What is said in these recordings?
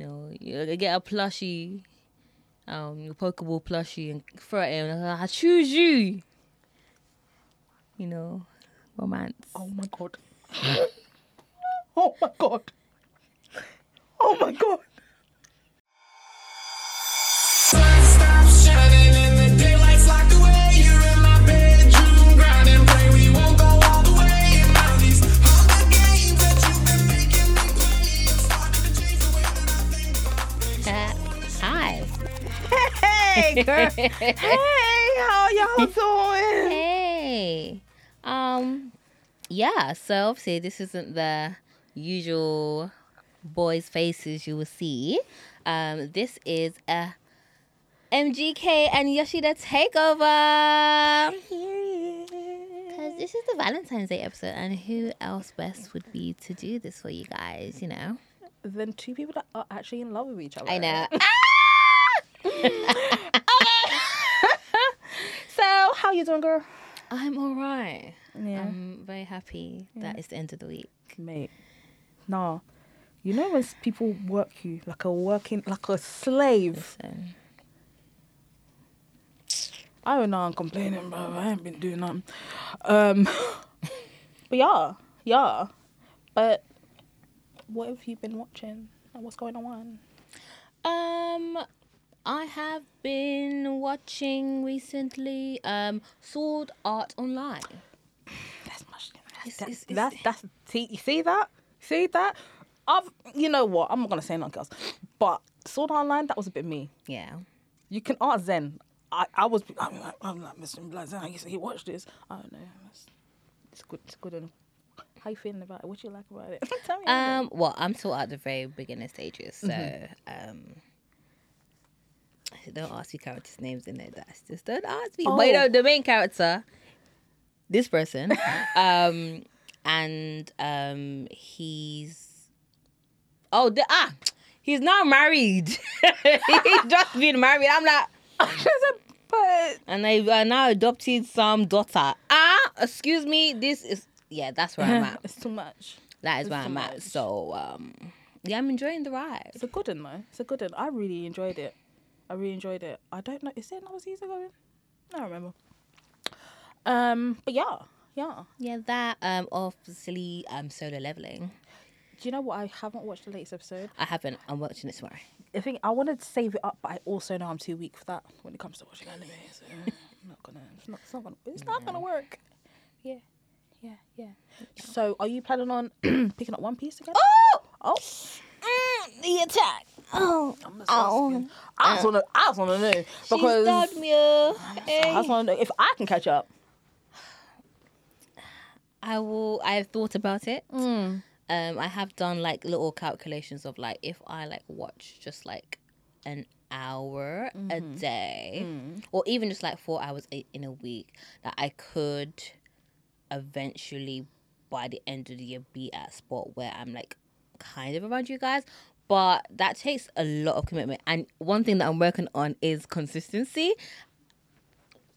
You know, get a plushie, um, your Pokeball plushie, and throw it at him. And I choose you. You know, romance. Oh my god. oh my god. Oh my god. Uh, hi. Hey girl. hey, how y'all doing? Hey. Um. Yeah. So obviously this isn't the usual boys' faces you will see. Um. This is a MGK and Yoshida takeover. Because this is the Valentine's Day episode, and who else best would be to do this for you guys? You know. Then two people that are actually in love with each other. I know. So how you doing, girl? I'm all right. Yeah. I'm very happy that it's the end of the week. Mate. Nah. You know when people work you like a working like a slave. So. I don't know I'm complaining, bro. I ain't been doing nothing. Um But yeah, yeah. But what have you been watching? And what's going on? Um, I have been watching recently um Sword Art Online. That's much. It's- That's that's, it's- that's, see, you see that? See that? I've you know what? I'm not gonna say nothing else. But Sword Art Online, that was a bit me. Yeah. You can ask Zen. I, I was I'm like I'm like Mr. Black Zen. I used to watch this. I don't know. It's, it's good. It's good. And how you feeling about it? What you like about it? Tell me. Um. Well, I'm still at the very beginner stages, so um. Don't ask me characters' names in it. That's just don't ask me. But you Oh. know the main character, this person, um, and um, he's oh the ah, he's not married. he's just been married. I'm like. She said, but and they are now adopted some daughter. Ah, excuse me, this is yeah, that's where I'm at. it's too much. That is It's where too I'm much. at. So um, yeah, I'm enjoying the ride. It's a good one though. It's a good one. I really enjoyed it. I really enjoyed it. I don't know. Is there another season going? I don't remember. Um, but yeah, yeah. Yeah, that um, obviously um, solo leveling. Do you know what? I haven't watched the latest episode. I haven't. I'm watching it tomorrow. I think I wanted to save it up, but I also know I'm too weak for that when it comes to watching anime. So I'm not gonna. It's not, it's not gonna. It's not gonna work. Yeah, yeah, yeah. So, are you planning on picking up One Piece again? Oh, Mm, Oh, the attack! Oh, I'm just asking. I just wanna. I just wanna know because I just wanna know if I can catch up. I will. I have thought about it. Mm. um i have done like little calculations of like if i like watch just like an hour a day or even just like four hours i- in a week that i could eventually by the end of the year be at a spot where i'm like kind of around you guys but that takes a lot of commitment and one thing that i'm working on is consistency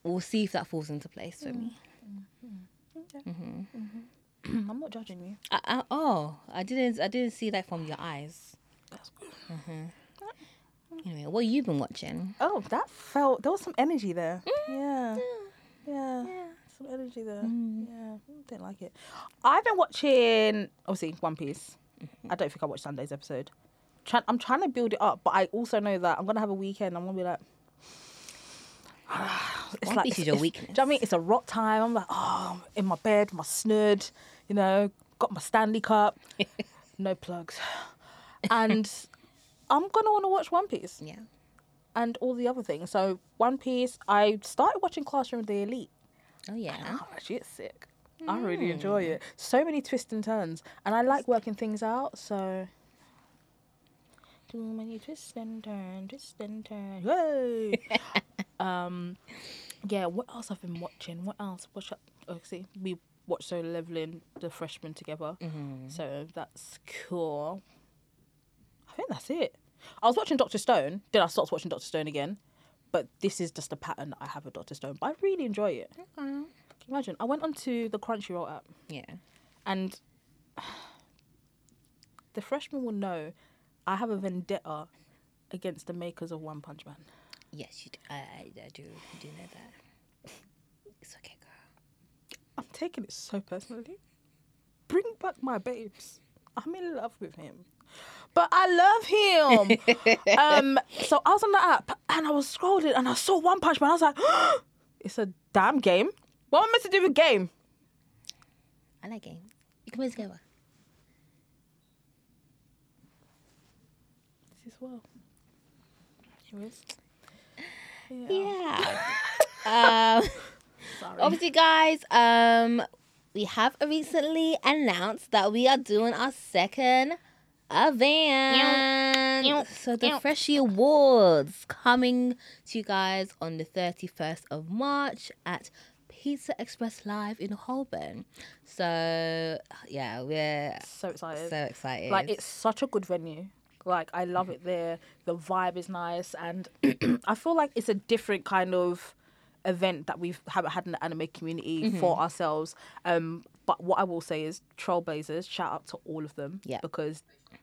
we'll see if that falls into place for me I'm not judging you. I, I, oh i didn't i didn't see that from your eyes Mm-hmm. That's good. Anyway, what you been watching? Oh, that felt. There was some energy there. Mm, Yeah. Yeah. Some energy there. Yeah. Mm, Didn't like it. I've been watching, obviously, One Piece. Mm-hmm. I don't think I watched Sunday's episode. Try, I'm trying to build it up, but I also know that I'm going to have a weekend. I'm going to be like, it's One like Piece it's, is your it's- Do you weakness. know what I mean? It's a rot time. I'm like, oh, I'm in my bed, my snood, you know, got my Stanley cup, no plugs, and I'm gonna want to watch One Piece Yeah. and all the other things. So One Piece, I started watching Classroom of the Elite. Oh yeah. Oh, actually, it's sick. I really enjoy it. So many twists and turns, and I like working things out. So too many twists and turns, twists and turns. Yay! um, yeah. What else I've been watching? What else? Watch up. Oh, see, we watched Solo Leveling, the freshmen together. So that's cool. I think that's it. I was watching Doctor Stone. Then I stopped watching Doctor Stone again. But this is just a pattern that I have with Doctor Stone. But I really enjoy it. Imagine I went onto the Crunchyroll app Yeah. and the freshmen will know I have a vendetta against the makers of One Punch Man. Yes, you do. I, I, I do. I do know that. It's okay, girl. I'm taking it so personally. Bring back my babes. I'm in love with him. But I love him. um, so I was on the app and I was scrolling and I saw One Punch Man. I was like, it's a damn game. What am I meant to do with game? I like game. You can play together. This is well. Anyways. Yeah. um, Sorry. obviously, guys, um, we have recently announced that we are doing our second event. Ew. Ew. So the Ew. Freshie Awards coming to you guys on the 31st of March at Pizza Express Live in Holborn. So yeah, we're so excited. so Mm-hmm. excited. like it's such a good venue. Like I love it there. The vibe is nice, and I feel like it's a different kind of event that we've haven't had in the anime community Mm-hmm. for ourselves. Um, but what I will say is Trailblazers. Shout out to all of them. Yeah. Because,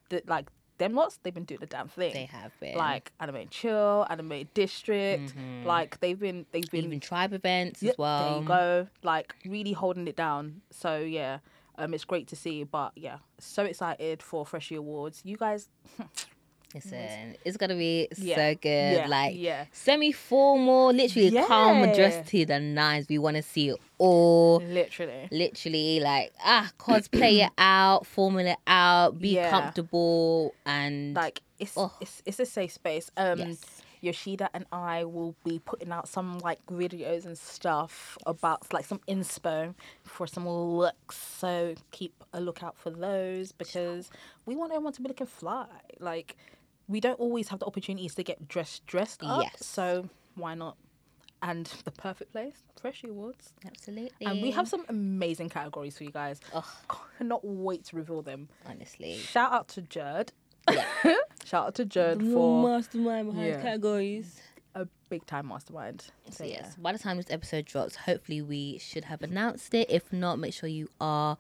the, like them lots, they've been doing the damn thing. they have been Mm-hmm. Like anime chill, anime district. Like they've been they've been even tribe events Yep, as well. There you go. Like really holding it down. So yeah, um, it's great to see. But yeah, so excited for Freshie Awards. You guys, Listen, it's gonna be Yeah. so good. Yeah. Like Yeah. semi formal, literally come Yeah. dressed to the nines. We want to see it Mm. all. literally, Literally, like ah, cosplay it out, formal it out, be Yeah. comfortable, and like it's Oh. it's it's a safe space. Um, Yes. Yoshida and I will be putting out some like videos and stuff about like some inspo for some looks. So keep a lookout for those because we want everyone to be looking fly. Like we don't always have the opportunities to get dressed dressed up. Yes. So why not? And the perfect place, Freshie Awards. absolutely. And we have some amazing categories for you guys. Cannot wait to reveal them. honestly Shout out to Jerd. Shout out to Jerd for mastermind behind Yeah. categories. a big time mastermind. So yes, by the time this episode drops, hopefully we should have announced it. If not, make sure you are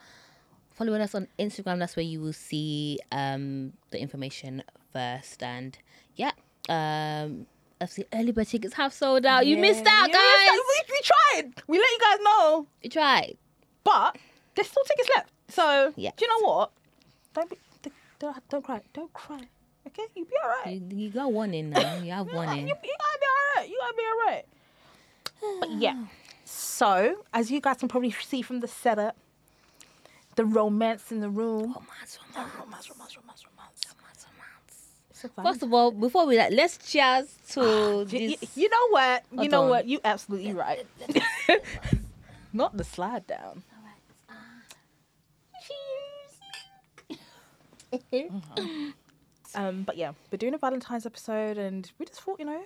following us on Instagram. That's where you will see um, the information first. And yeah, um, obviously early bird tickets have sold out. You missed out, You guys. missed out. We, we tried. We let you guys know, You tried. but there's still tickets left. So Yeah. do you know what? Don't be, d- don't don't cry. Don't cry. Okay, you'll be all right. You, you got one in now. You have one You, in. you gotta be all right. You gotta be all right. But yeah. So as you guys can probably see from the setup, the romance in the room. Romance, Oh, romance, romance, romance, romance, romance. romance, romance. It's a vibe. First of all, before we like, let's cheers to You- Ah, you, this. you know what? You Hold know on. what? You absolutely right. Not the slide down. Um, but yeah, we're doing a Valentine's episode, and we just thought, you know,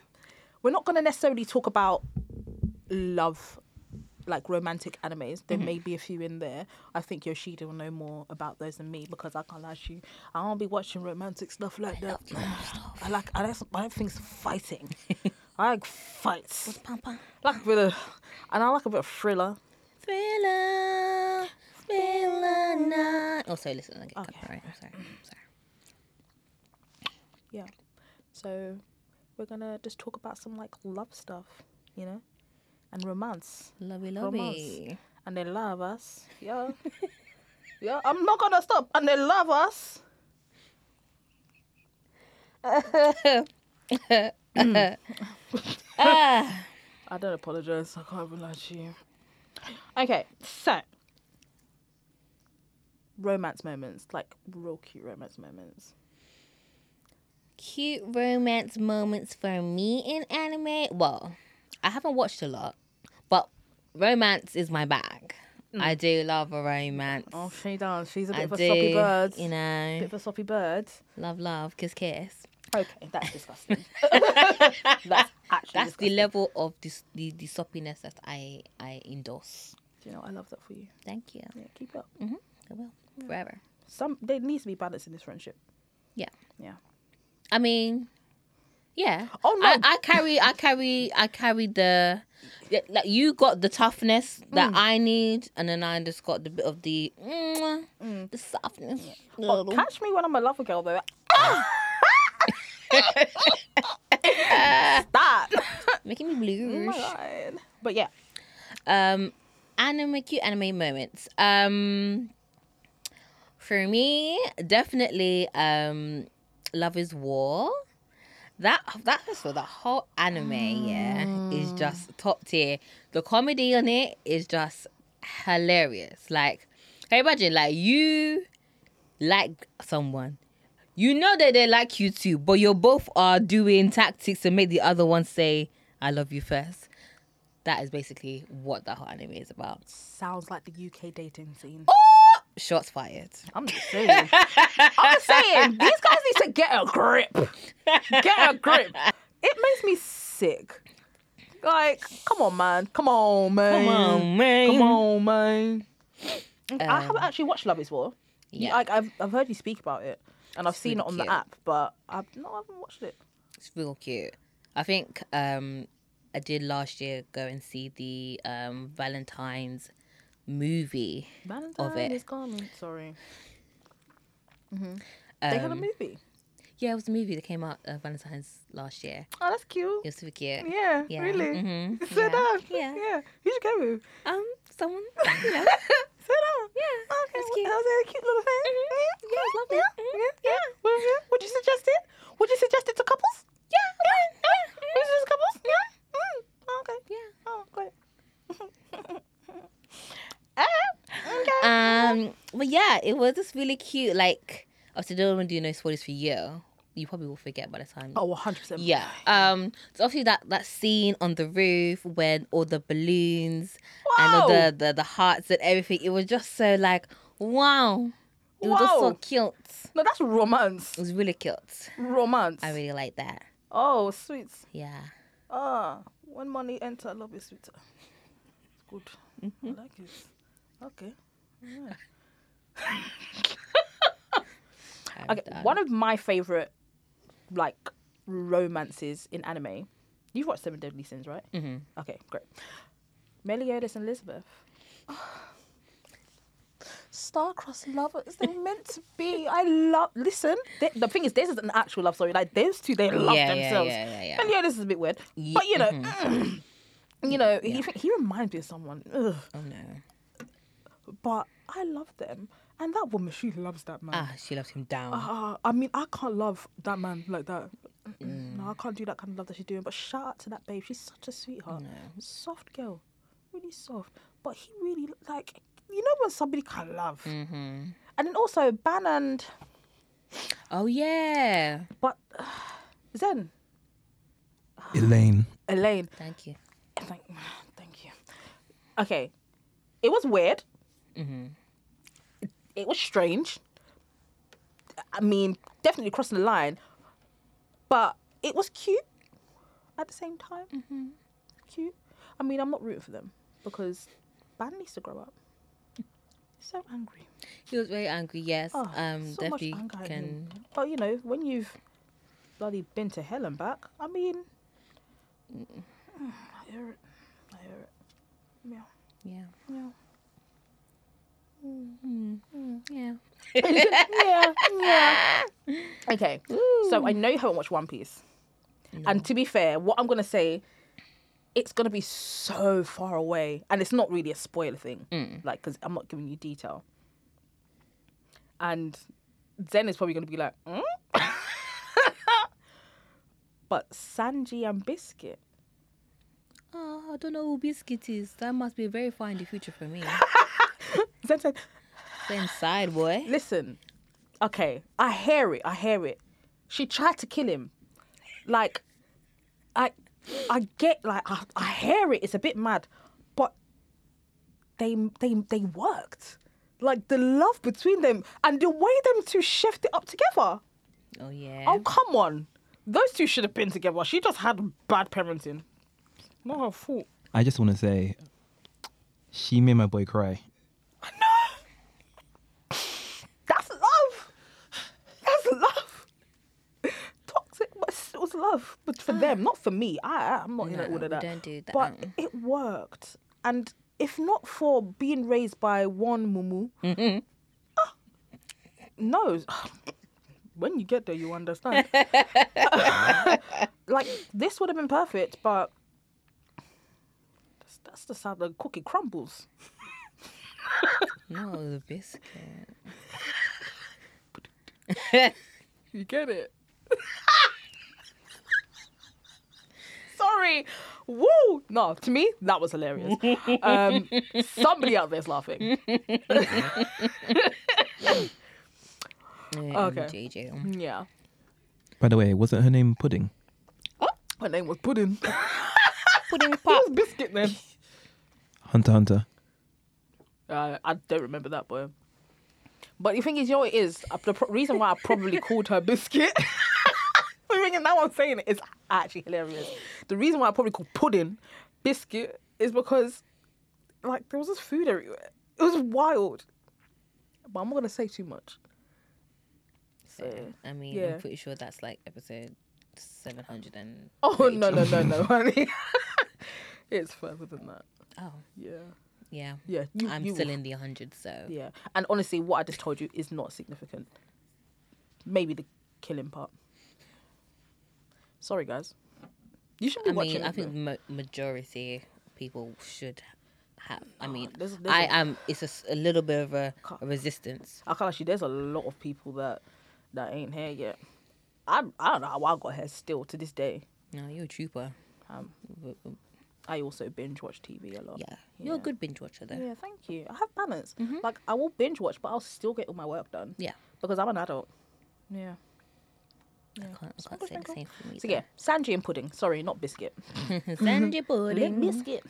we're not going to necessarily talk about love, like romantic animes. There may be a few in there. I think Yoshida will know more about those than me because I can't lie to you, I won't be watching romantic stuff like that. I like, I like, I like things fighting. I like fights. Pam, pam. Like a bit of, and I like a bit of thriller. Thriller, thriller night. Oh, sorry, listen, I get Okay. copyright. I'm sorry. I'm sorry. Yeah. So we're gonna just talk about some like love stuff, you know, and romance, Lovey, romance, lovey. and they love us. Yeah. yeah. I'm not gonna stop, and they love us. Ah, I don't apologize. I can't even lie to you. Okay, so romance moments, like real cute romance moments. cute romance moments for me in anime. Well, I haven't watched a lot, but romance is my bag. I do love a romance. Mm. Oh, she does. She's a bit I of do, a soppy bird. you bit know, of a soppy bird. love, love, kiss, kiss. Okay, that's disgusting. that's actually That's the disgusting. level of this, the, the soppiness that I, I endorse. Do you know, I love that for you. Thank you. Yeah, keep it up. I will Mm. forever. Some there needs to be balance in this friendship. Yeah. Yeah. I mean, yeah. Oh, I, no. I carry, I carry, I carry the, yeah, like you got the toughness that Mm. I need, and then I just got the bit of the, mm, the softness. Oh, But catch me when I'm a lover girl though. making me Oh blue. my god. But yeah, um, anime, cute anime moments. Um, for me, definitely, um, Love is War. That that so that whole anime yeah is just top tier. The comedy on it is just hilarious. Like, can you imagine like you like someone. You know that they like you too, but you both are doing tactics to make the other one say, I love you first. That is basically what that whole anime is about. sounds like the UK dating scene. Oh! Shots fired. I'm just saying. I'm saying these guys need to get a grip. Get a grip. It makes me sick. Like, come on, man. Come on, man. Come on, man. Um, Come on, man. I haven't actually watched Love Is War. yeah. Yeah. Like, I've I've heard you speak about it, and I've seen really it on the cute. app, but I've no, I haven't watched it. It's real cute. I think um, I did last year go and see the um, Valentine's movie. Valentine it. is coming. Sorry. they had a Um, movie. Yeah, it was a movie that came out uh, Valentine's last year. Oh, that's cute. It was super cute. Yeah, Yeah, really. mhm, Sit yeah, down. yeah. yeah. You should go with. Um, someone, you know, Sit down. Yeah. Okay. that's well, cute. That was a cute little thing. Yeah. Yeah, it's lovely. Yeah. Mhm, Yeah. yeah. Well, yeah. Would you suggest it? Would you suggest it to couples? Yeah. Yeah. yeah. Would you suggest couples? Yeah. Mm. Oh, okay. Yeah. Oh, great. uh, okay. Um, but yeah, it was just really cute. Like, obviously, don't want to do no spoilers for you. You probably will forget by the time. oh, 100%. Yeah. Um. So obviously that that scene on the roof when all the balloons and all Wow. the, the the hearts and everything. It was just so like wow. It was just so Wow. cute. No, that's romance. It was really cute. Romance. I really like that. oh, sweet. Yeah. Ah, when money enter, love is sweeter. It's good. I like it. Okay. Alright. I'm Okay. done. One of my favorite, like, romances in anime. You've watched Seven Deadly Sins, right? Mhm. Okay, great. Meliodas and Elizabeth. Star-crossed lovers. They're meant to be. I love. Listen, th- the thing is, this is an actual love story. Like those two, they love Yeah, yeah, themselves. yeah, yeah, yeah. And yeah, this is a bit weird, Ye- but you know, you know, he, he reminds me of someone. Ugh. Oh no. But I love them, and that woman, she loves that man. Ah, she loves him down. Ah, I mean, I can't love that man like that. No, I can't do that kind of love that she's doing. But shout out to that babe. She's such a sweetheart. Soft girl. Really soft. But he really, like, you know when somebody can love? hmm And then also, Ban and, Oh yeah. but, uh, Zen, Elaine. Elaine. Thank you. Thank, thank you. Okay. It was weird. Mm-hmm. It, it was strange. I mean, definitely crossing the line, but it was cute at the same time. Mm-hmm. Cute. I mean, I'm not rooting for them because Ban needs to grow up. He's so angry. He was very angry. Yes. Oh, um. so much definitely anger at can. him. But you know, when you've bloody been to hell and back, I mean, Mm. I hear it. I hear it. Yeah. Yeah. Mm-hmm. Yeah. Yeah. yeah, yeah. Okay, so I know you haven't watched One Piece, and to be fair, what I'm gonna say, it's gonna be so far away, and it's not really a spoiler thing, like because I'm not giving you detail. And Zen is probably gonna be like, "Hmm?" but Sanji and Biscuit, Oh, I don't know who Biscuit is. That must be very far in the future for me. Zen said, Same side, boy. Listen, okay, I hear it. I hear it. She tried to kill him. Like, I, I get like I, I hear it. It's a bit mad, but they they they worked. Like the love between them and the way them two chefed it up together. Oh yeah. Oh come on, those two should have been together. She just had bad parenting. Not her fault. I just want to say, she made my boy cry. That's love. That's love. Toxic, but it was love, but for them, not for me. I, I'm not in No, all we of that. don't do that. But it worked, and if not for being raised by one mumu, Mm-hmm. Ah, no. When you get there, you understand. like this would have been perfect, but That's the sound the cookie crumbles. No, the biscuit. You get it? Sorry. Woo! No, to me, that was hilarious. Um, somebody out there's laughing. Yeah, Oh, Okay. Mm-hmm. JJ. Yeah. By the way, wasn't her name Pudding? Her name was Pudding. Pudding pop. Who's Biscuit then? Hunter Hunter. Uh, I don't remember that boy. But the thing is, you know what it is? Uh, The pro- reason why I probably called her Biscuit. the thing is, now I'm saying it, it's actually hilarious. The reason why I probably called Pudding Biscuit is because, like, there was just food everywhere. It was wild. But I'm not going to say too much. So, I mean, yeah. I'm pretty sure that's like episode 700 and. Oh, no, no, no, no, honey. it's further than that. Oh, Yeah. yeah. Yeah. You, I'm you will still in the 100, so. Yeah. And honestly, what I just told you is not significant. Maybe the killing part. Sorry, guys. You should be I watching. mean, I it, think though. ma- majority people should have. I mean, there's- there's I a- am. It's a, s- a little bit of a, Ca- a resistance. I can't actually. There's a lot of people that that ain't here yet. I I don't know how I got here still to this day. No, you're a trooper. Um, W- w- I also binge watch TV a lot. Yeah, Mm-hmm. you're a Yeah. good binge watcher though. Yeah, thank you. I have balance. Like I will binge watch, but I'll still get all my work done Yeah, because I'm an adult. Yeah. I can't, I can't say the same for me. So yeah, Sanji and pudding. Sorry, not biscuit. Mm-hmm. though. send your pudding, biscuit.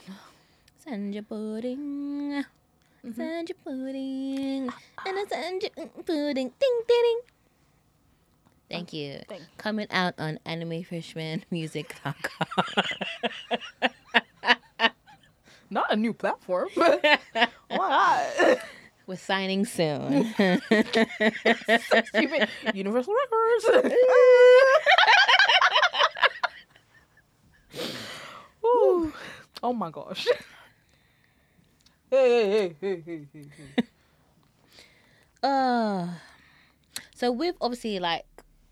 send your pudding, Mm-hmm. send your pudding, Ah, and I send your pudding. Ding, ding, ding. Thank you. Um, thank you. Coming out on animefishmanmusic.com. Not a new platform. Why? not? We're signing soon. You mean Universal Records. Ooh. Oh my gosh. Hey, hey, hey, hey, hey, hey. Uh, so with obviously like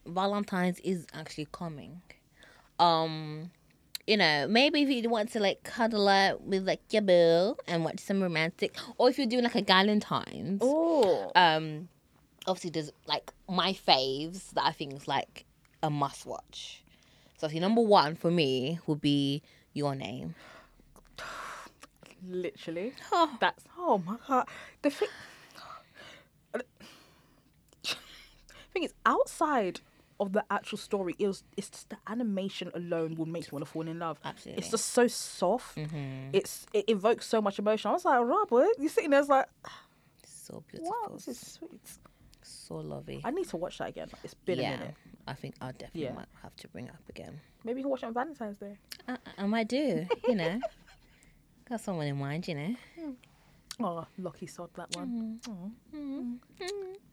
Valentine's is actually coming. Um, you know, maybe if you want to like cuddle up with like your boo and watch some romantic, or if you're doing like a Galentine's, Oh. um, obviously there's like my faves that I think is like a must watch. So obviously number one for me would be Your Name. Literally. That's oh my god. The thing thing is outside of the actual story, it was it's just the animation alone will make you want to fall in love. Absolutely. It's just so soft. It's it evokes so much emotion. I was like, Robert, you're sitting there it's like, So beautiful, wow, this is sweet. so lovely. I need to watch that again. It's been yeah, a minute. I think I definitely Yeah. might have to bring it up again. Maybe you can watch it on Valentine's Day. I, I might do, you know. Got someone in mind, you know. Oh, lucky sod that one. Aw. Mm-hmm.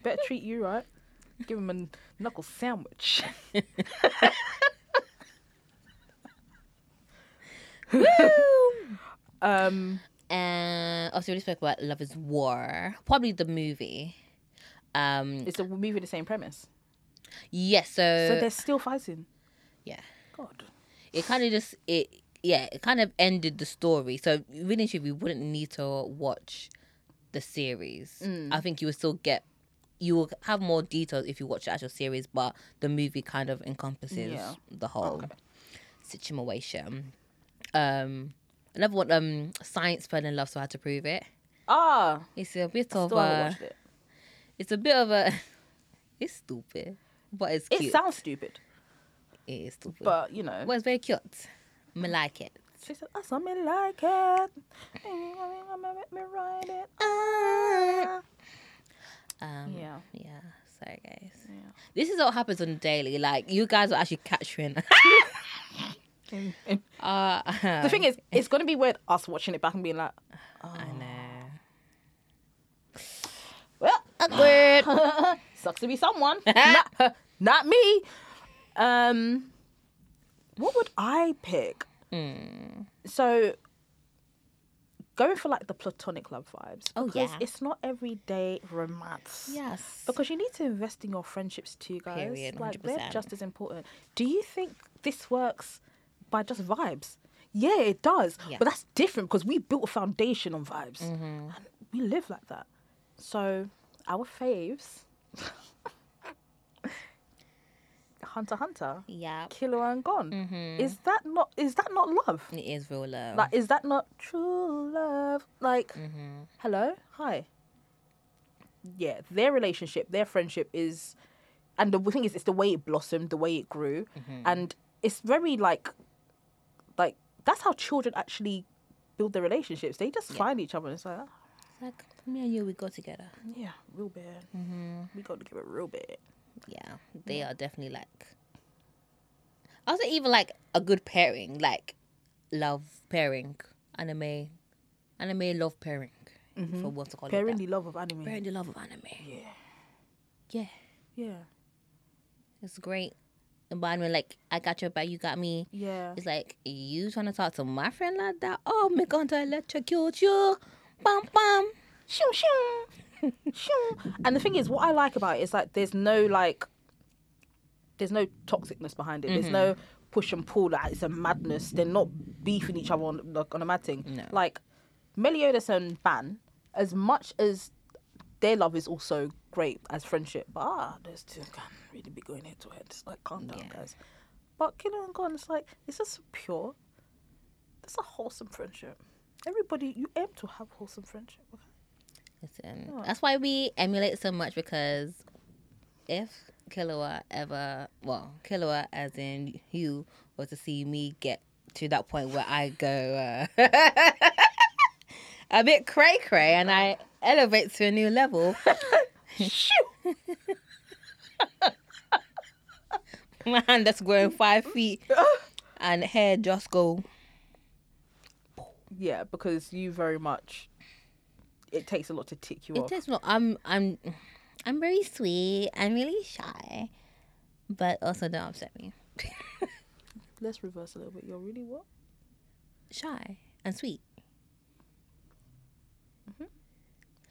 Better treat you right. Give him a knuckle sandwich. um, Uh, also, we spoke about Love is War, probably the movie. Um, it's a movie with the same premise. yes, yeah, so so, they're still fighting. yeah, Uh, God. it kind of just it, yeah, it kind of ended the story. So really, and truly, we wouldn't need to watch the series. I think you would still get, you will have more details if you watch the actual series, but the movie kind of encompasses Yeah. the whole situation. Um, another one, um, science fell in love, so I had to prove it. Ah, It's a bit of still haven't a, watched it. it's a bit of a, it's stupid, but it's It cute. sounds stupid, it is stupid, but but you know. well, it's very cute. I like it. She said, oh, something like it. Mm, Let me write it. Uh. Um, Yeah. Yeah. Sorry, guys. Yeah. This is what happens on the daily. Like you guys are actually capturing. And- and uh, the thing is, it's going to be weird us watching it back and being like, "Oh." I know. well, Awkward. sucks to be someone. not, not me. Um, what would I pick? Hmm. So, going for like the platonic love vibes. Oh, because yeah. It's not everyday romance. yes. Because you need to invest in your friendships too, guys. Period, like they're 100%. just as important. Do you think this works by just vibes? Yeah, it does. Yeah. Mm-hmm. But that's different because we built a foundation on vibes. And we live like that. So our faves Hunter x Hunter, Yeah. Mm-hmm. Killer and Gone. Is that not is that not love? It is real love. Like is that not true love? Like Mm-hmm. hello? Hi. Yeah, their relationship, their friendship is and the thing is it's the way it blossomed, the way it grew. Mm-hmm. And it's very like like that's how children actually build their relationships. They just find each other and it's like "Ah, It's like me and you, we go together. yeah, real bad. Mm-hmm. We gotta give it real bad. Yeah, they are definitely like. I was even like a good pairing, like love pairing, anime, anime love pairing, for what to call Mm-hmm. Pairing it. the love of anime. That. Pairing the love of anime. Yeah. Yeah, Yeah. it's great. And by the way, like I got your back, you got me. Yeah. It's like you trying to talk to my friend like that. Oh, me going to electrocute you. Bum bum. Shoo, shoo. Shoo. And the thing is, what I like about it is like there's no like, there's no toxicness behind it. There's no push and pull. Like it's a madness. They're not beefing each other on like on a mad thing. No. Like Meliodas and Ban, as much as their love is also great as friendship, but ah, those two can really be going head to head. It's like calm down, guys. But Killer and Gone, it's like it's just pure. It's a wholesome friendship. Everybody, you aim to have wholesome friendship. Okay? Listen, that's why we emulate so much because if Killua ever, well, Killua as in you, was to see me get to that point where I go uh, a bit cray cray and I elevate to a new level, my hand that's growing five feet and hair just go. Yeah, because you very much. It takes a lot to tick you It off. takes no. I'm I'm I'm very sweet. I'm really shy, but also don't upset me. Let's reverse a little bit. You're really what? Shy and sweet.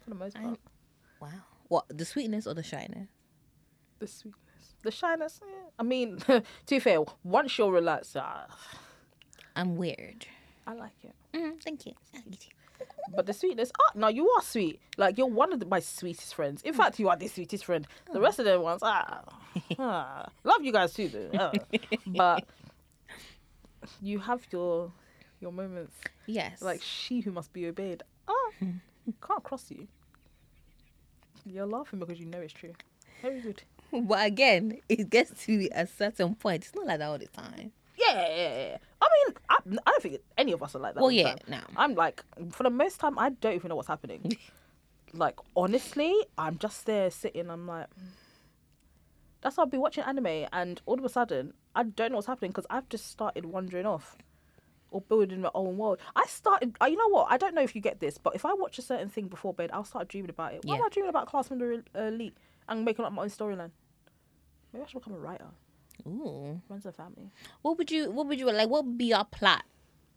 For the most part, I'm- Wow. What the sweetness or the shyness? the sweetness, the shyness. Yeah. I mean, to be fair, once you're relaxed, ah, I'm weird. I like it. Mm, thank you. But the sweetness, ah, no, you are sweet. Like you're one of the, my sweetest friends. In fact, you are the sweetest friend. The rest of them ones, ah, ah. love you guys too, though. ah. but you have your your moments. Yes. like she who must be obeyed. Oh, can't cross you. You're laughing because you know it's true. Very good. but again, it gets to a certain point. It's not like that all the time. Yeah, yeah, yeah. I mean, I, I don't think any of us are like that. Well, all the yeah, time. no. I'm like, for the most time, I don't even know what's happening. like, honestly, I'm just there sitting. I'm like, that's why I'll be watching anime, and all of a sudden, I don't know what's happening because I've just started wandering off or building my own world. I started, uh, you know what? I don't know if you get this, but if I watch a certain thing before bed, I'll start dreaming about it. Why am Yeah. I dreaming about Class Member uh, Elite and making up my own storyline? Maybe I should become a writer. Ooh. Runs a family. What would you? What would you like? What would be your plot?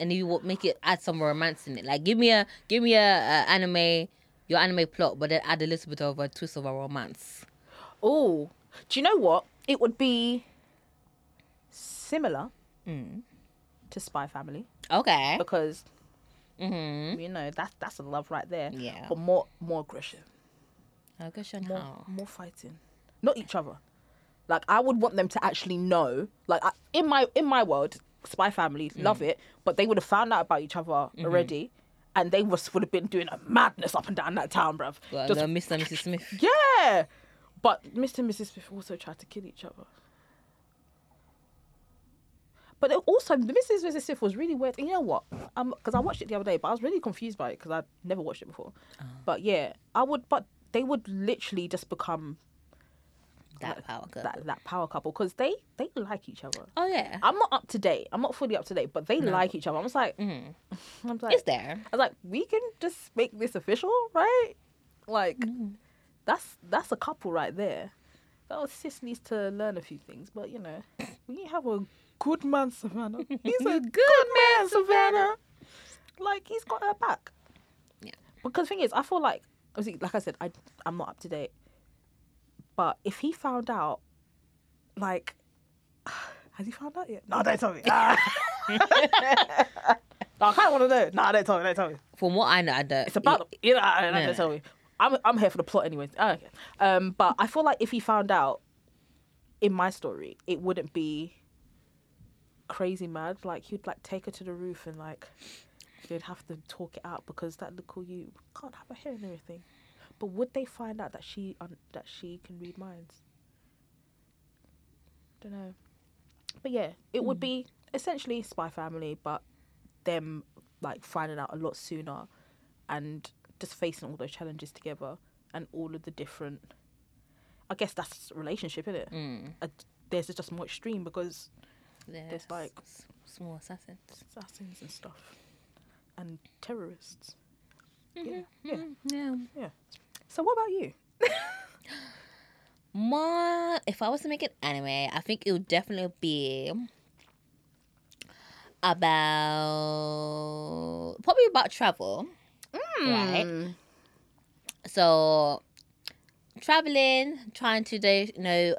And you would make it add some romance in it. Like give me a give me a, a anime your anime plot, but then add a little bit of a twist of a romance. Oh, do you know what? It would be similar Mm. to Spy Family Okay. because Mm-hmm. you know that's that's a love right there. Yeah. Oh. but more more aggression, I guess you more know. more fighting, not each other. Like I would want them to actually know. Like I, in my in my world, Spy Family Mm. love it, but they would have found out about each other Mm-hmm. already, and they was would have been doing a madness up and down that town, bruv. Well, Just- no, Mr. and Mrs. Smith. yeah, but Mr. and Mrs. Smith also tried to kill each other. But it also, the Mrs. and Mrs. Smith was really weird. You know what? Um, because I watched it the other day, but I was really confused by it because I'd never watched it before. But yeah, I would. But they would literally just become That power couple. that that power couple because they they like each other. Oh yeah. I'm not up to date. I'm not fully up to date, but they like each other. I was like, I'm like, It's there. I was like, we can just make this official, right? Like, that's that's a couple right there. That was sis needs to learn a few things, but you know, we have a good man, Savannah. He's a good, man, Savannah. Like he's got her back. Yeah. Because thing is, I feel like, obviously, like I said, I I'm not up to date. But if he found out, like, Has he found out yet? No, don't tell me. Ah. no, I kind of want to know. No, don't tell me. Don't tell me. From what I know, I don't. It's about the- you know. I- I- No, no, Don't no. tell me. I'm I'm here for the plot anyway. Oh, okay. Um, but I feel like if he found out in my story, it wouldn't be crazy mad. Like he'd like take her to the roof and like they'd have to talk it out because that little you can't have her hair and everything. But would they find out that she un- that she can read minds? Don't know. But yeah, it would be essentially Spy Family, but them like finding out a lot sooner and just facing all those challenges together and all of the different I guess that's relationship, isn't it? Mm, There's just more extreme because there's like like- small assassins. assassins and stuff and terrorists. Mm-hmm, Yeah, yeah. Yeah. So what about you? My, if I was to make an anime, I think it would definitely be about probably about travel, Hmm. right? So traveling, trying to do, you know,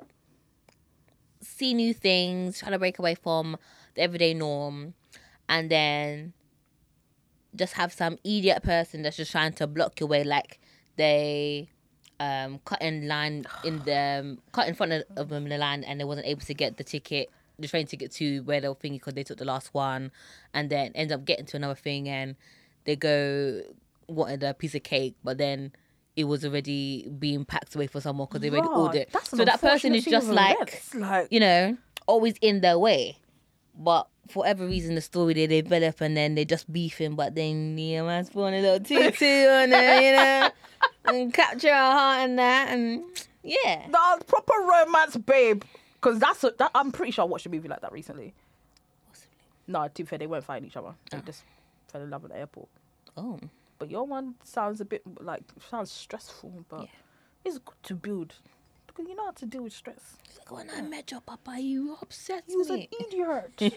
see new things, trying to break away from the everyday norm, and then just have some idiot person that's just trying to block your way, like they um, cut in line in the um, cut in front of, of them in the line, and they wasn't able to get the ticket, the train ticket to where they were thinking because they took the last one, and then end up getting to another thing, and they go wanted a piece of cake, but then. It was already being packed away for someone because they already Rod, ordered. that's an so that person unfortunate is thing just of like, events, like you know, always in their way. But for whatever reason, the story they develop and then they just beefing, but then yeah, man's pulling a little two two on there, you know, and capture our heart and that, and yeah, the uh, proper romance, babe. Because that's a, that, I'm pretty sure I watched a movie like that recently. Possibly. No, to be fair, they weren't fighting each other. Ah. They just fell in love at the airport. oh, But your one sounds a bit like sounds stressful, but Yeah. it's good to build because you know how to deal with stress. It's like when I met your papa, you upset He was me. an idiot. he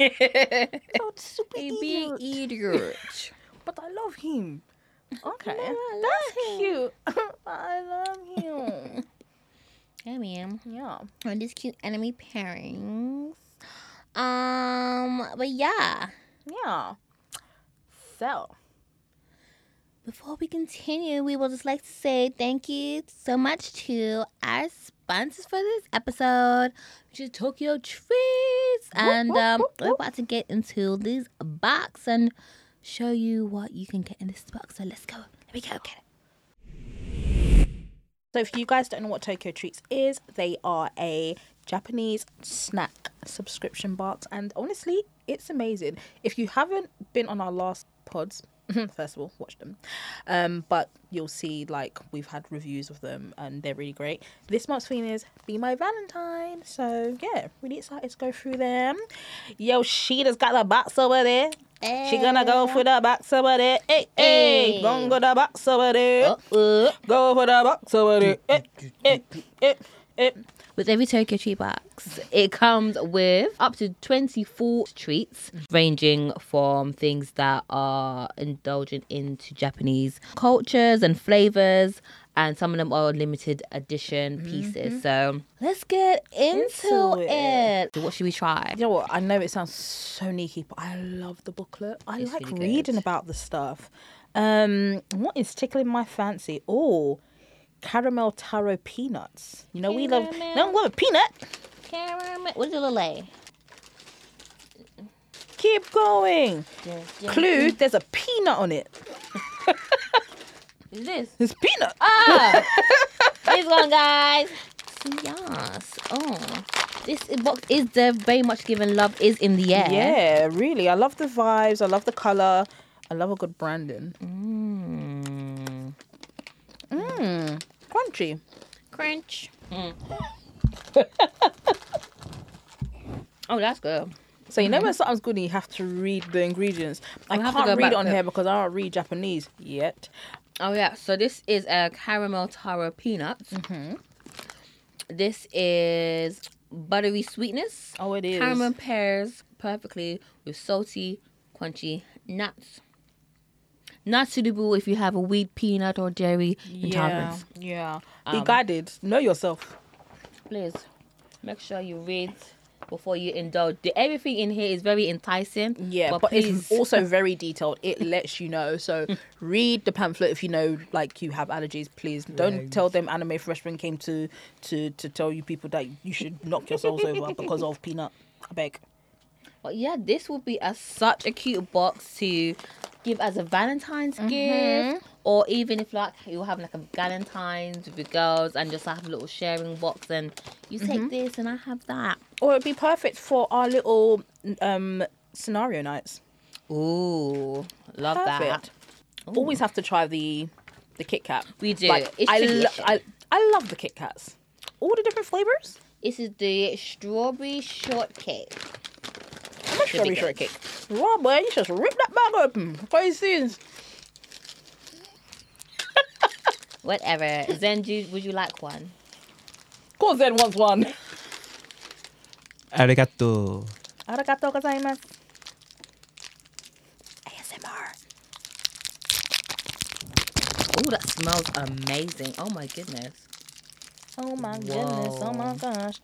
was a super A E. big idiot. idiot. but I love him. Okay, Yeah, I that's love cute. I love him. I mean, yeah. on these cute enemy pairings. Um, but yeah. Yeah. So, Before we continue, we would just like to say thank you so much to our sponsors for this episode, which is Tokyo Treats. And whoop, um, whoop, we're whoop. about to get into this box and show you what you can get in this box. So let's go. Let me go get it. so if you guys don't know what Tokyo Treats is, they are a Japanese snack subscription box, and honestly, it's amazing. If you haven't been on our last pods, first of all, watch them. Um, but you'll see like we've had reviews of them, and they're really great. This month's theme is "Be My Valentine," so yeah, really excited to go through them. Yo, Sheeta's got the box over there. She gonna go for the box over there. Hey, hey, Hey. gonna go the box over there. Uh, Go for the box over there. Eh, eh, eh, eh. With every Tokyo Treat box, it comes with up to 24 treats, ranging from things that are indulgent into Japanese cultures and flavors, and some of them are limited edition pieces. So let's get Mm-hmm. into, Into it. What should we try? You know what? I know it sounds so neaky, but I love the booklet. I It's like really good. reading about the stuff. Um, what is tickling my fancy? Oh, caramel taro peanuts. You know we love. No, Caramel. love a peanut. Caramel. What does it look like? Keep going. Mm-hmm. Clue. There's a peanut on it. Is this? There's peanut. Ah! Here's one, guys. So, yes. Oh. This box is the very much given love is in the air. Yeah, really. I love the vibes. I love the color. I love a good branding. Hmm. Mm. Mmm, crunchy. Crunch. oh, that's good. So you know when something's good, and you have to read the ingredients. I We'll have to go can't read back it on to- here because I don't read Japanese yet. Oh yeah. So this is a caramel taro peanuts. Mm-hmm. This is buttery sweetness. Oh, it is. Caramel pairs perfectly with salty, crunchy nuts. Not suitable if you have a wheat, peanut, or dairy Yeah, intolerance. yeah. Be Um, guided. Know yourself. Please make sure you read before you indulge. The- Everything in here is very enticing. Yeah, but, it's please- also very detailed. It lets you know. So read the pamphlet if you know, like you have allergies. Please don't tell them anime freshman came to to to tell you people that you should knock yourselves over because of peanut. I beg. But yeah, this would be a, such a cute box to give as a Valentine's gift, or even if like you're having like a Valentine's with your girls and just have a little sharing box, and you take this and I have that. Or it'd be perfect for our little um scenario nights. Ooh, love that. Perfect. Always have to try the the Kit Kat. We do. Like, It's I, lo- tradition. I I love the Kit Kats. All the different flavors. This is the strawberry shortcake. I'm not Should be strawberry good. shortcake. Raw boy, you just rip that bag open. Crazy. Whatever. Zenju, would you like one? Cause then wants one. Arigato. Arigatou gozaimasu. ASMR. Oh, that smells amazing. Oh my goodness. Oh my goodness, oh my gosh.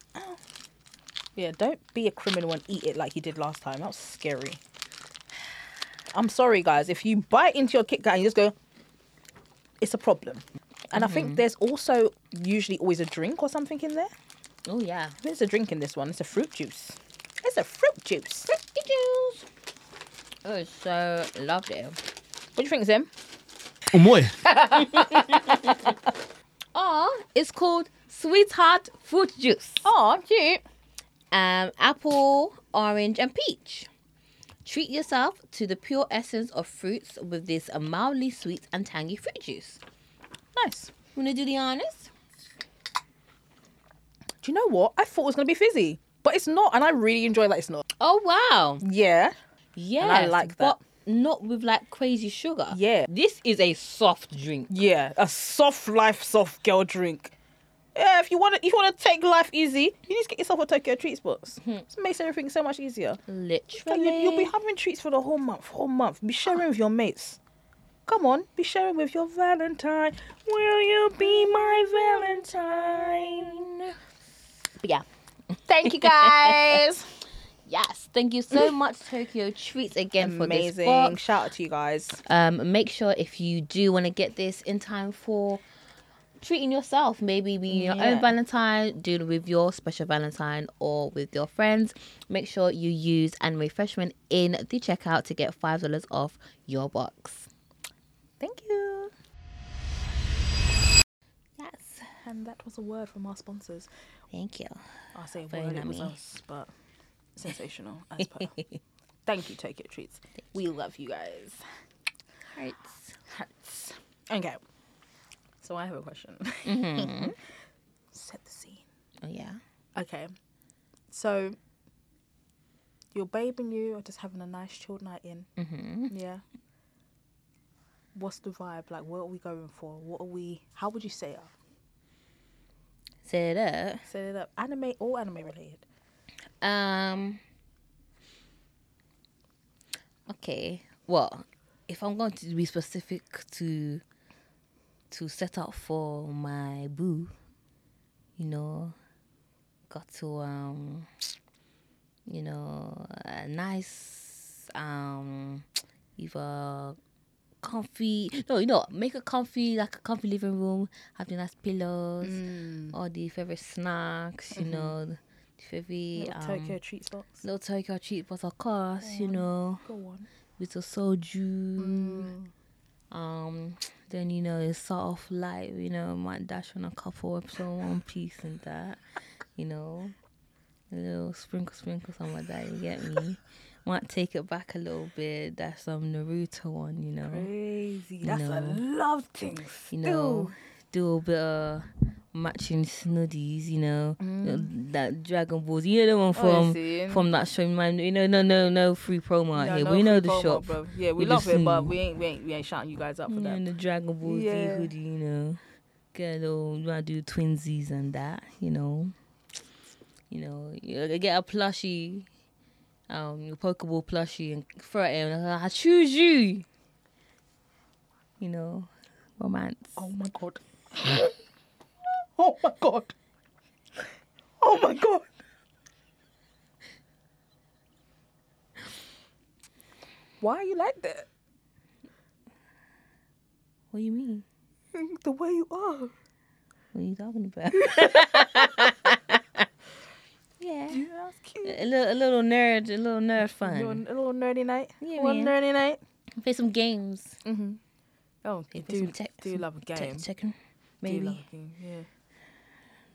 Yeah, don't be a criminal and eat it like you did last time. That was scary. I'm sorry, guys. If you bite into your Kit Kat and you just go, it's a problem. And I think there's also usually always a drink or something in there. Oh yeah. There's a drink in this one. It's a fruit juice. It's a fruit juice. What Juice. Oh, it's so lovely. do you think, Zim? Umoi. Oh, it's called Sweetheart Fruit Juice. Oh, cute. Um, apple, orange, and peach. Treat yourself to the pure essence of fruits with this mildly sweet and tangy fruit juice. Nice. Wanna do the honors? Do you know what? I thought it was going to be fizzy, but it's not. And I really enjoy that it's not. Oh wow! Yeah. Yeah, I like But that. not with like crazy sugar. Yeah. This is a soft drink. Yeah, a soft life, soft girl drink. Yeah, if you want to, you want to take life easy, you just get yourself a Tokyo Treats box. It makes everything so much easier. Like, Literally. you, you'll be having treats for the whole month, whole month. Be sharing with your mates. Come on, be sharing with your Valentine. Will you be my Valentine? But yeah. Thank you guys. Yes. Thank you so much, Tokyo Treats, again for this Amazing. box. Shout out to you guys. Um, make sure if you do want to get this in time for treating yourself, maybe be your Yeah. own Valentine, do it with your special Valentine or with your friends. Make sure you use Anime Freshman in the checkout to get five dollars off your box. Thank you. Yes, And that was a word from our sponsors. thank you. I'll say Very word, it was yummy. us, but sensational as per. Thank you, Tokyo Treats. We love you guys. Hearts. Hearts. Okay. So I have a question. Mm-hmm. Set the scene. Oh yeah. Okay. So your babe and you are just having a nice chilled night in. Mm-hmm. Yeah. What's the vibe? Like, what are we going for? What are we? How would you say it? up? Say it up. Set it up. Anime or anime related? Um. Okay. Well, if I'm going to be specific to to set up for my boo, you know, got to um, you know, a nice um, either comfy. No, you know, make a comfy like a comfy living room. Have the nice pillows, all Oh, the favorite snacks. You know, the favorite Little um, Tokyo treats box. little Tokyo treat, but of course, you know, Go on. with a soju. Um, then you know, it's sort of like you know, might dash on a couple episode One Piece and that, you know, a little sprinkle, sprinkle, something like that. You get me? might take it back a little bit. That's some Naruto one, you know. Crazy. That's a love thing. you know, do a bit of matching snuddies, you know, uh, that Dragon Balls. You know the one Mm. Oh, I from see. from that show, man. You know, no, no, no free promo out here. we know the shop. Yeah, we With the love it, but scene. we ain't, we ain't we ain't shouting you guys up for You know, that. the Dragon Ball Z Yeah. hoodie, you know, get a little, you want to do twinsies and that, you know, you know, you get a plushie. Um, your Pokeball plushie and throw it in. and I choose you. You know, romance. Oh my god. oh my god. Oh my god. Why are you like that? What do you mean? The way you are. What are you talking about? yeah. Yeah, that's cute. A little, a little nerd, a little nerd fun. You want a little nerdy night. Yeah, One man. nerdy night. Play some games. Mm-hmm. Oh, Play do some tech- do some love a game. Tech chicken. Do Maybe. love a game. Yeah.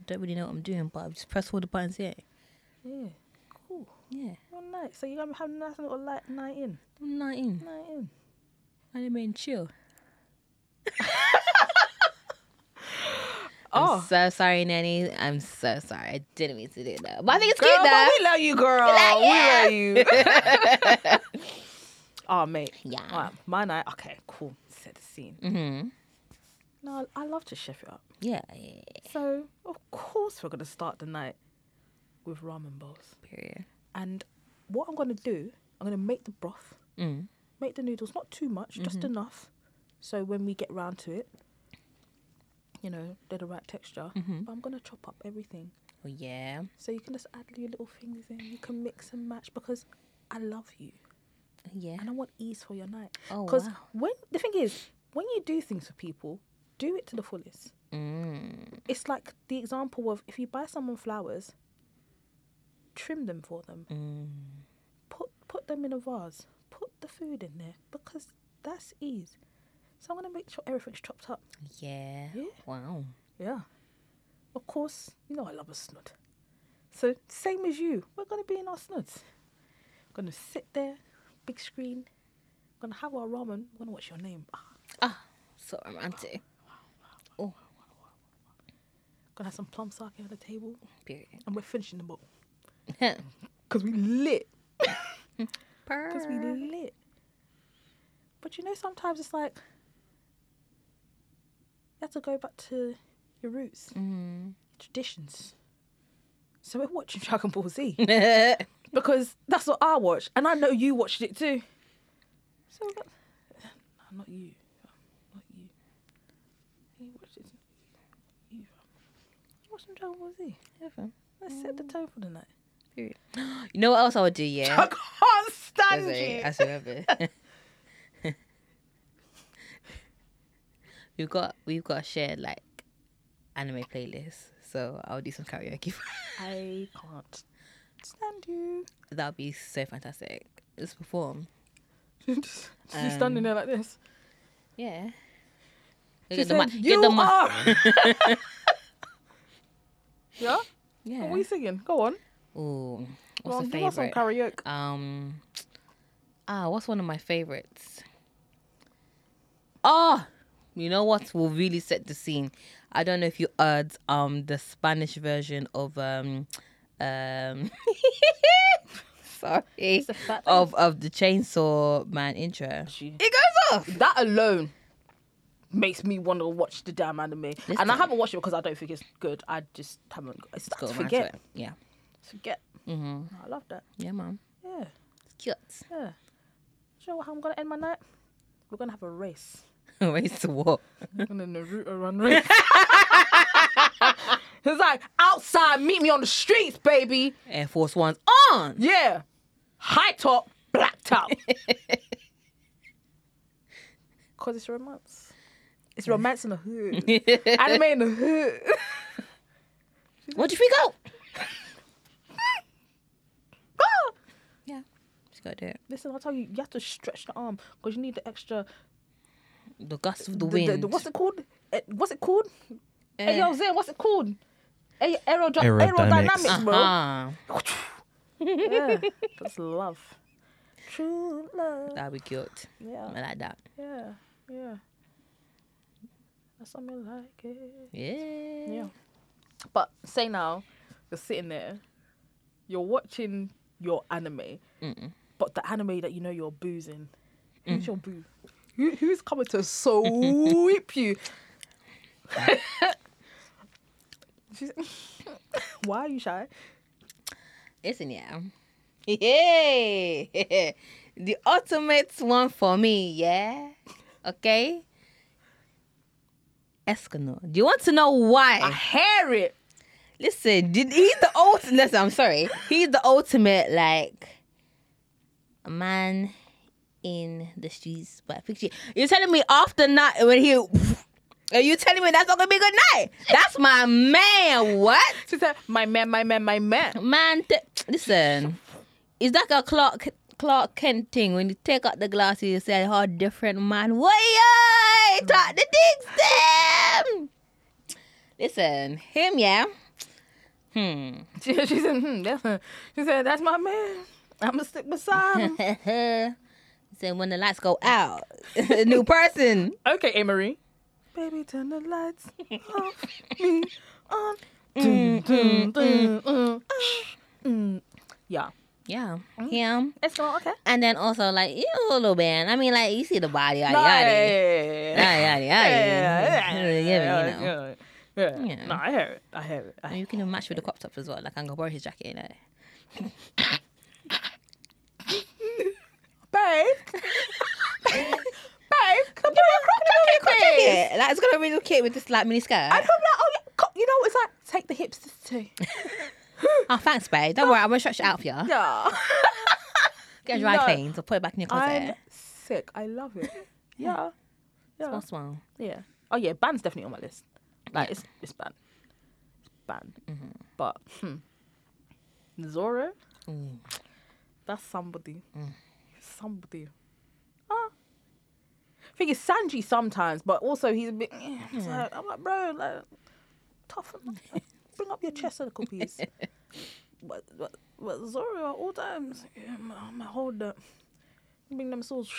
Don't really know what I'm doing, but I just press all the buttons. Yeah. Yeah. Cool. Yeah. Well, nice. So you're gonna have a nice little light night in. I'm 19. Night in. I didn't mean chill. I'm Oh, so sorry, Nanny. I'm so sorry. I didn't mean to do that. But I think it's girl, cute but though. we love you, girl. Like, yeah. We love you. oh, mate. Yeah. Alright, my night. Okay, cool. Set the scene. Mm-hmm. No, I love to chef it up. Yeah, yeah, So, of course, we're gonna start the night with ramen bowls. period. And what I'm gonna do, I'm gonna make the broth, Mm. make the noodles, not too much, just enough. So when we get round to it, you know, they're the right texture. But I'm gonna chop up everything. Oh, yeah. So you can just add your little things in. You can mix and match because I love you Oh, Yeah. and I want ease for your night. Oh, Because wow. when the thing is, when you do things for people, do it to the fullest. Mm. It's like the example of if you buy someone flowers, trim them for them. Mm. Put put them in a vase. Put the food in there because that's ease. So I'm gonna make sure everything's chopped up. Yeah. Yeah. Wow. Yeah. Of course, you know I love a snood. So same as you, we're gonna be in our snoods. Gonna sit there, big screen. Gonna have our ramen. We're gonna watch your name. Ah, Ah, so romantic. Oh, Gonna have some plum sake on the table, period. and we're finishing the bowl because we lit. Because we Purr. lit. But you know, sometimes it's like you have to go back to your roots, Mm. traditions. So we're watching Dragon Ball Z. yeah. because that's what I watched, and I know you watched it too. So, but, no, not you, not you. You watched it. You, you watched some Dragon Ball Z. Let's set the tone for the night. Period. You know what else I would do? Yeah. I can't That's stand it. you. That's whatever. we've got we've got a shared like anime playlist, so I'll do some karaoke. I can't stand you. That'd be so fantastic. Let's perform. Just you standing there like this. Yeah. She Um, Get the said, mic. Get you the mic. are. yeah? What Yeah. are you singing? Go on. Ooh, Go on. what's Give us some the favorite? karaoke. Um, ah, what's one of my favorites? Ah, you know what will really set the scene? I don't know if you heard um the Spanish version of um um sorry a fat of of the Chainsaw Man intro. It goes off. that alone makes me want to watch the damn anime. and I haven't watched it because I don't think it's good. I just haven't. It's Go just around to forget. it. Yeah. Forget. Mhm. I love that. Yeah, mom. Yeah, It's cute. yeah. Do you know how I'm gonna end my night? We're gonna have a race. Race to war. We're gonna Naruto run race. it's like outside. Meet me on the streets, baby. Air Force One's on. Yeah, high top, black top. Cause it's romance. It's romance in the hood. anime in the hood. What if we go? Ah! Yeah. Just gotta do it. Listen, I tell you, you have to stretch the arm because you need the extra. The gust of the wind. what's it called? Eh, what's it called? Eh. Hey, yo, Zen, what's it called? Hey, aerodra- Aerodynamics. aerodynamics, bro. Uh-huh. Yeah, that's love. True love. That'd be cute. I Yeah, like that. yeah, yeah. That's something like it. Yeah. Yeah. But say now, you're sitting there, you're watching your anime, Mm-mm. but the anime that you know you're boozing. Who's your boo? Who, who's coming to sweep you? She's, why are you shy? Isn't it? Yeah. the ultimate one for me. Yeah. Okay. Escanor. Do you want to know why? I hear it. Listen, did he's the ultimate. Listen, I'm sorry. He's the ultimate like man in the streets, but I picture you. You're telling me after night when he. Are you telling me that's not gonna be a good night? That's my man. What? She said, "My man, my man, my man." Man, t- listen. Is that a Clark Clark Kent thing when you take out the glasses you say how different man? Why talk the things them? Listen, him yeah. Hmm. She, she said, hmm, that's, "She said that's my man. I'ma stick beside him." so when the lights go out, a new person. okay, Amory. Baby, turn the lights off me on. mm, Yeah, Yeah, him. it's all okay. And then also like you know, little band. I mean, like you see the body, yada yada, yeah, yada yada, yada. Yeah, you know. yeah. Yeah. No, I hear it. I hear it. I And you can even match with the crop tops as well. Like I'm gonna borrow his jacket. You know? babe. babe, come give me a crop jacket, please. Yeah, like it's gonna really look cute with this like mini skirt. And I'm like, oh, yeah. co- you know what it's like? Take the hipsters too. Oh, thanks, babe. Don't worry, I'm gonna stretch it out for you. Yeah. Get a dry no. clean, so put it back in your I'm closet. sick. I love it. Yeah. Yeah. Smells smell. Yeah. Oh, yeah. Ban's definitely on my list. Like, Uh, it's, it's ban. It's ban. But, hmm. Zora, that's somebody. Somebody. Ah. Thing is, Sanji sometimes, but also he's a bit. it's like- I'm like, bro, like, toughen up. Like, bring up your chest a little piece. but, but, but Zora, at all times, yeah, I'm I'm gonna hold that. Bring them swords.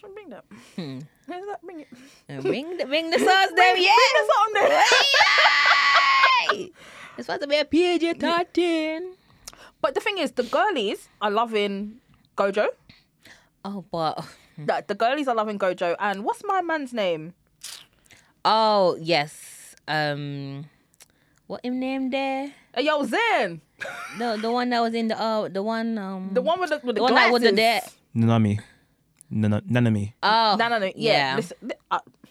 Bring that. Where's that? Bring it. And Uh, Ring the ring the sauce there, yeah. That's on there. Yay! It's supposed to be a PG thirteen. But the thing is, the girlies are loving Gojo. Oh, but Like, the girlies are loving Gojo. And what's my man's name? oh yes. Um, what him name there? Uh, yo, Zen. The the one that was in the uh the one um The one with the, with the the one that was the glasses. dead. Nanami. Nana- Nanami. Oh No, no, no. Yeah. Listen, th- uh, I,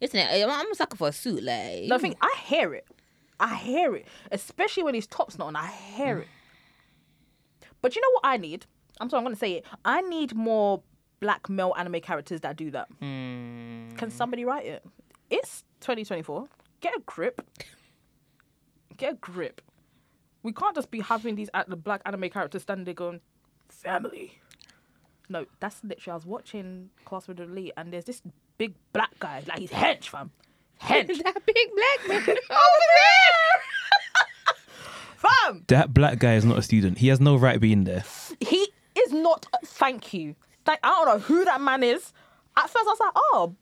Listen, I- I'm I'm a sucker for a suit, like. no, I think I hear it. I hear it. Especially when his top's not on. I hear it. But you know what I need? I'm sorry, I'm going to say it. I need more black male anime characters that do that. Can somebody write it? It's 2024. Get a grip. Get a grip. We can't just be having these at the black anime characters standing there going, family. No, that's literally. I was watching Class with Elite, and there's this big black guy. Like he's hench, fam. Hench, that big black man. fam. That black guy is not a student. He has no right being there. He is not. Thank you. Like I don't know who that man is. At first, I was like, oh,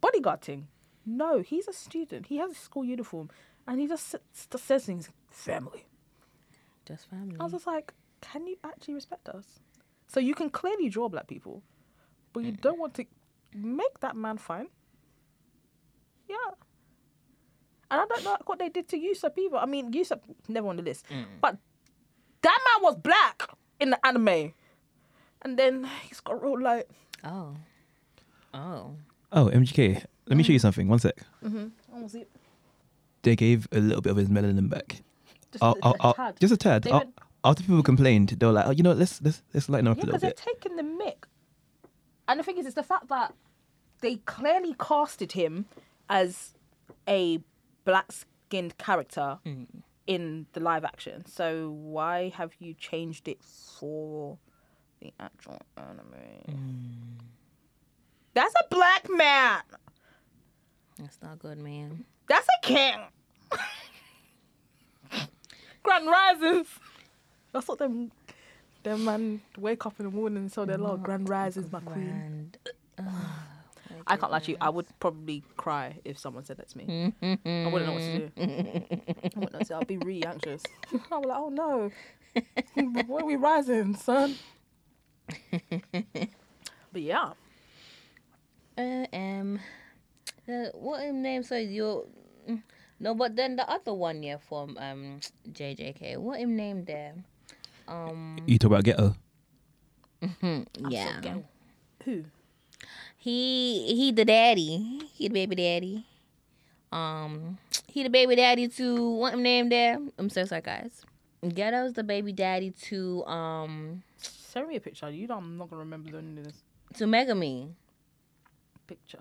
bodyguard thing. No, he's a student. He has a school uniform, and he just, s- just says things. Family. Just family. I was just like, can you actually respect us? So you can clearly draw black people, but you don't want to make that man fine. Yeah. And I don't know what they did to Yusuf either. I mean, Yusuf never on the list, but that man was black in the anime, and then he's got real light. Oh. Oh. Oh, MGK. Let me show you something. One sec. What was it? They gave a little bit of his melanin back. Just Oh, a- oh, a oh, tad. just a tad. They Oh, went- after people complained, they were like, "Oh, you know, what, let's let's let's lighten up Yeah, a little because they're bit." taking the mick. And the thing is, it's the fact that they clearly casted him as a black skinned character Mm. in the live action. So why have you changed it for the actual anime? Mm. That's a black man. That's not good, man. That's a king. Grand Rises. That's what them them man wake up in the morning and tell their Lord Grand Rises, my queen. And I can't lie to you. I would probably cry if someone said that to me. Mm-hmm. I wouldn't know what to do. I wouldn't know what to do. I'd be really anxious. Mm-hmm. I was like, oh no, where are we rising, son? but yeah, uh, um uh, what him name so your mm, No, but then the other one yeah from um JJK. What him name there? Um You talk about ghetto. Hmm, yeah. girl. who? He he the daddy. He the baby daddy. Um he the baby daddy to what him name there? I'm so sorry guys. Ghetto's the baby daddy to um Send me a picture. You know I'm not gonna remember the name of this. to Megami. Picture.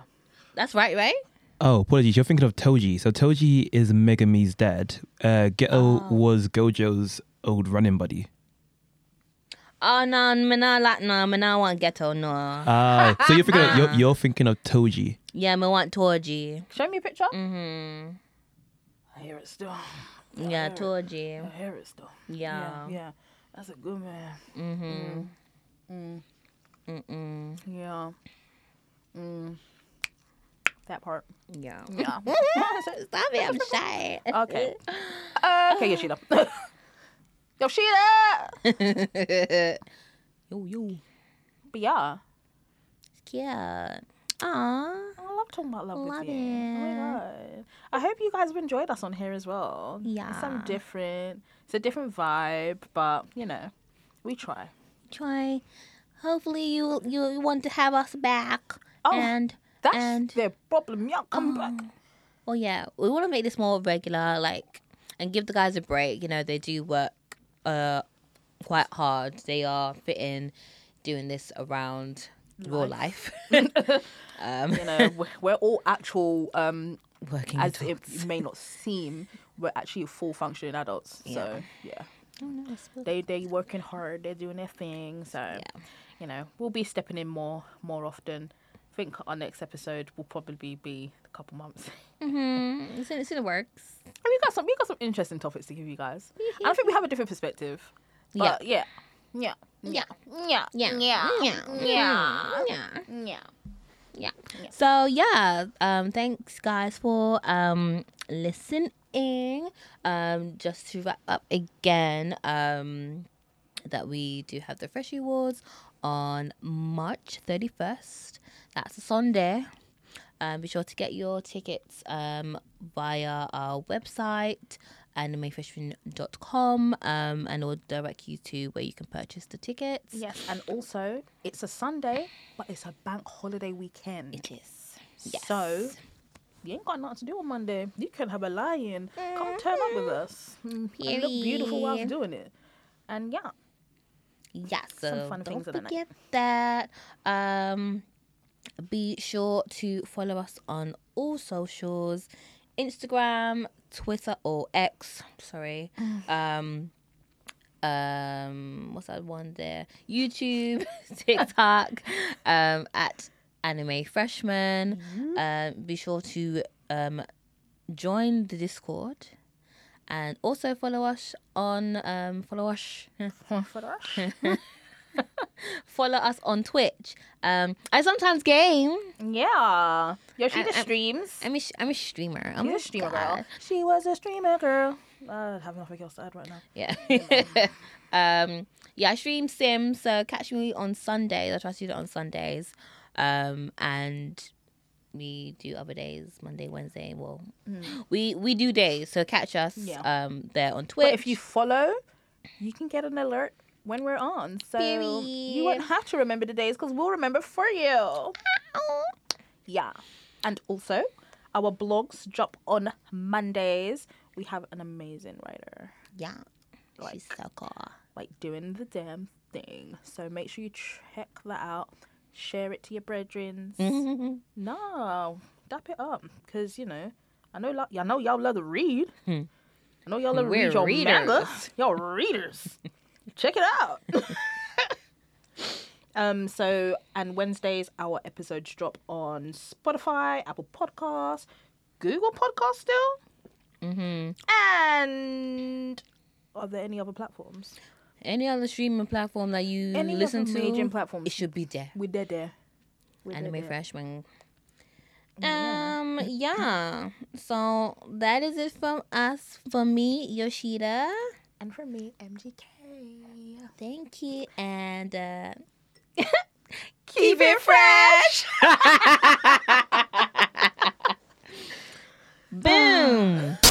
That's right, right? Oh, apologies. You're thinking of Toji. So Toji is Megami's dad. Uh, Ghetto was Gojo's old running buddy. Oh no, me nah like no, me nah want ghetto no. Ah, so you're thinking of, you're, you're thinking of Toji. Yeah, me want Toji. Show me a picture. Mhm. Mm-hmm. I hear it still. Yeah, Alright. Toji. I hear it still. Yeah. Oh. Yeah. yeah. That's a good man. Mhm. Mm. Mm-mm. Yeah. Mm. That part. Yeah. Yeah. Stop it! I'm shy. okay. okay, Yoshida. Yoshida! yo yo. But yeah, It's cute. Aww. I love talking about love Love with you. Oh my it. god. I hope you guys have enjoyed us on here as well. It's Yeah. something different. It's a different vibe, but you know, we try. Try. Hopefully you you want to have us back. Oh, and That's and their problem. Y'all come back. oh yeah, we want to make this more regular, like, and give the guys a break. You know, they do work uh quite hard. They are fitting doing this around real life. um, You know, we're- we're all actual, um, working as adults. it may not seem, we're actually full functioning adults. So yeah. Oh, no, I suppose- They they working hard, they're doing their thing. So you know, we'll be stepping in more more often. I think our next episode will probably be a couple months. Mhm. It's in, it's in the works. And we got some we got some interesting topics to give you guys. And I think we have a different perspective. Yeah. But yeah. Yeah. Yeah. Yeah. Yeah. Yeah. Yeah. Yeah. Yeah. Yeah. yeah. So yeah, um, thanks guys for um listening. Um, just to wrap up again, um, that we do have the Fresh Awards on March thirty first. That's a Sunday. Um, be sure to get your tickets um, via our website animefishing.com um, and it will direct you to where you can purchase the tickets. Yes. And also it's a Sunday, but it's a bank holiday weekend. It is. Yes. So you ain't got nothing to do on Monday. You can have a lie in. Come turn up with us. Mm, And look beautiful whilst Mm-hmm. Period. doing it. And yeah. yeah so fun don't things of the night. forget that um be sure to follow us on all socials instagram twitter or x sorry um um what's that one there youtube tiktok um at anime freshman Mm-hmm. um be sure to um join the discord and also follow us on um follow us For the rush. follow us on Twitch. Um, I sometimes game. Yeah. Yoshida I- I- streams. I'm a, sh- I'm a streamer. I'm She's a a streamer god. girl. She was a streamer girl. I have nothing else to add right now. Yeah. um, yeah, I stream Sims, so catch me on Sundays. I try to do that on Sundays. Um, and we do other days, Monday, Wednesday. Well, we we do days, so catch us Yeah. um there on Twitch. But if you follow, you can get an alert when we're on. So you won't Period. have to remember the days because we'll remember for you. Yeah. And also, our blogs drop on Mondays. We have an amazing writer, yeah, Like- she's so cool. like doing the damn thing. So make sure you check that out. Share it to your brethrens. No, dap it up, cause you know, I know, lo- I know y'all love to read. I know y'all love to Hmm. We're read your manga, readers. y'all readers. Check it out. um. So, and Wednesdays our episodes drop on Spotify, Apple Podcasts, Google Podcasts still, Mhm. and are there any other platforms? Any other streaming platform that you Any listen other to, major platforms? it should be there. We're there, there. We're there, anime there. freshman. Oh, Um, yeah. So that is it from us. For me, Yoshida. and for me, MGK. Thank you, and uh, Keep it fresh. boom.